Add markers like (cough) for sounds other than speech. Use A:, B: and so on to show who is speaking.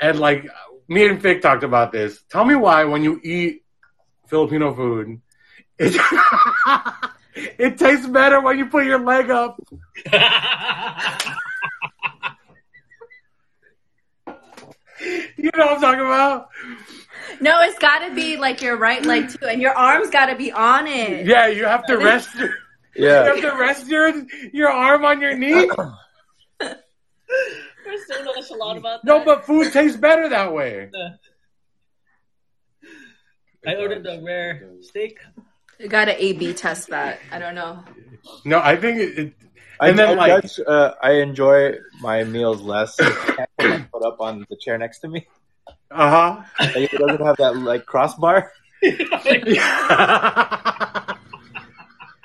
A: and like me and Vic talked about this. Tell me why when you eat Filipino food, it, (laughs) it tastes better when you put your leg up. (laughs) You know what I'm talking about?
B: No, it's got to be like your right leg too, and your arms got to be on it.
A: Yeah, you have to rest. Your,
C: Yeah.
A: You have to rest your your arm on your knee.
D: We're so nonchalant about that.
A: No, but food tastes better that way.
D: I ordered the rare steak.
B: You got to A/B test that. I don't know.
A: No, I think it, it,
C: I,
A: And then,
C: I
A: like-
C: judge, uh, I enjoy my meals less. if I put my foot up on the chair next to me.
A: uh
C: Like, if it doesn't have that like crossbar.
A: huh. (laughs)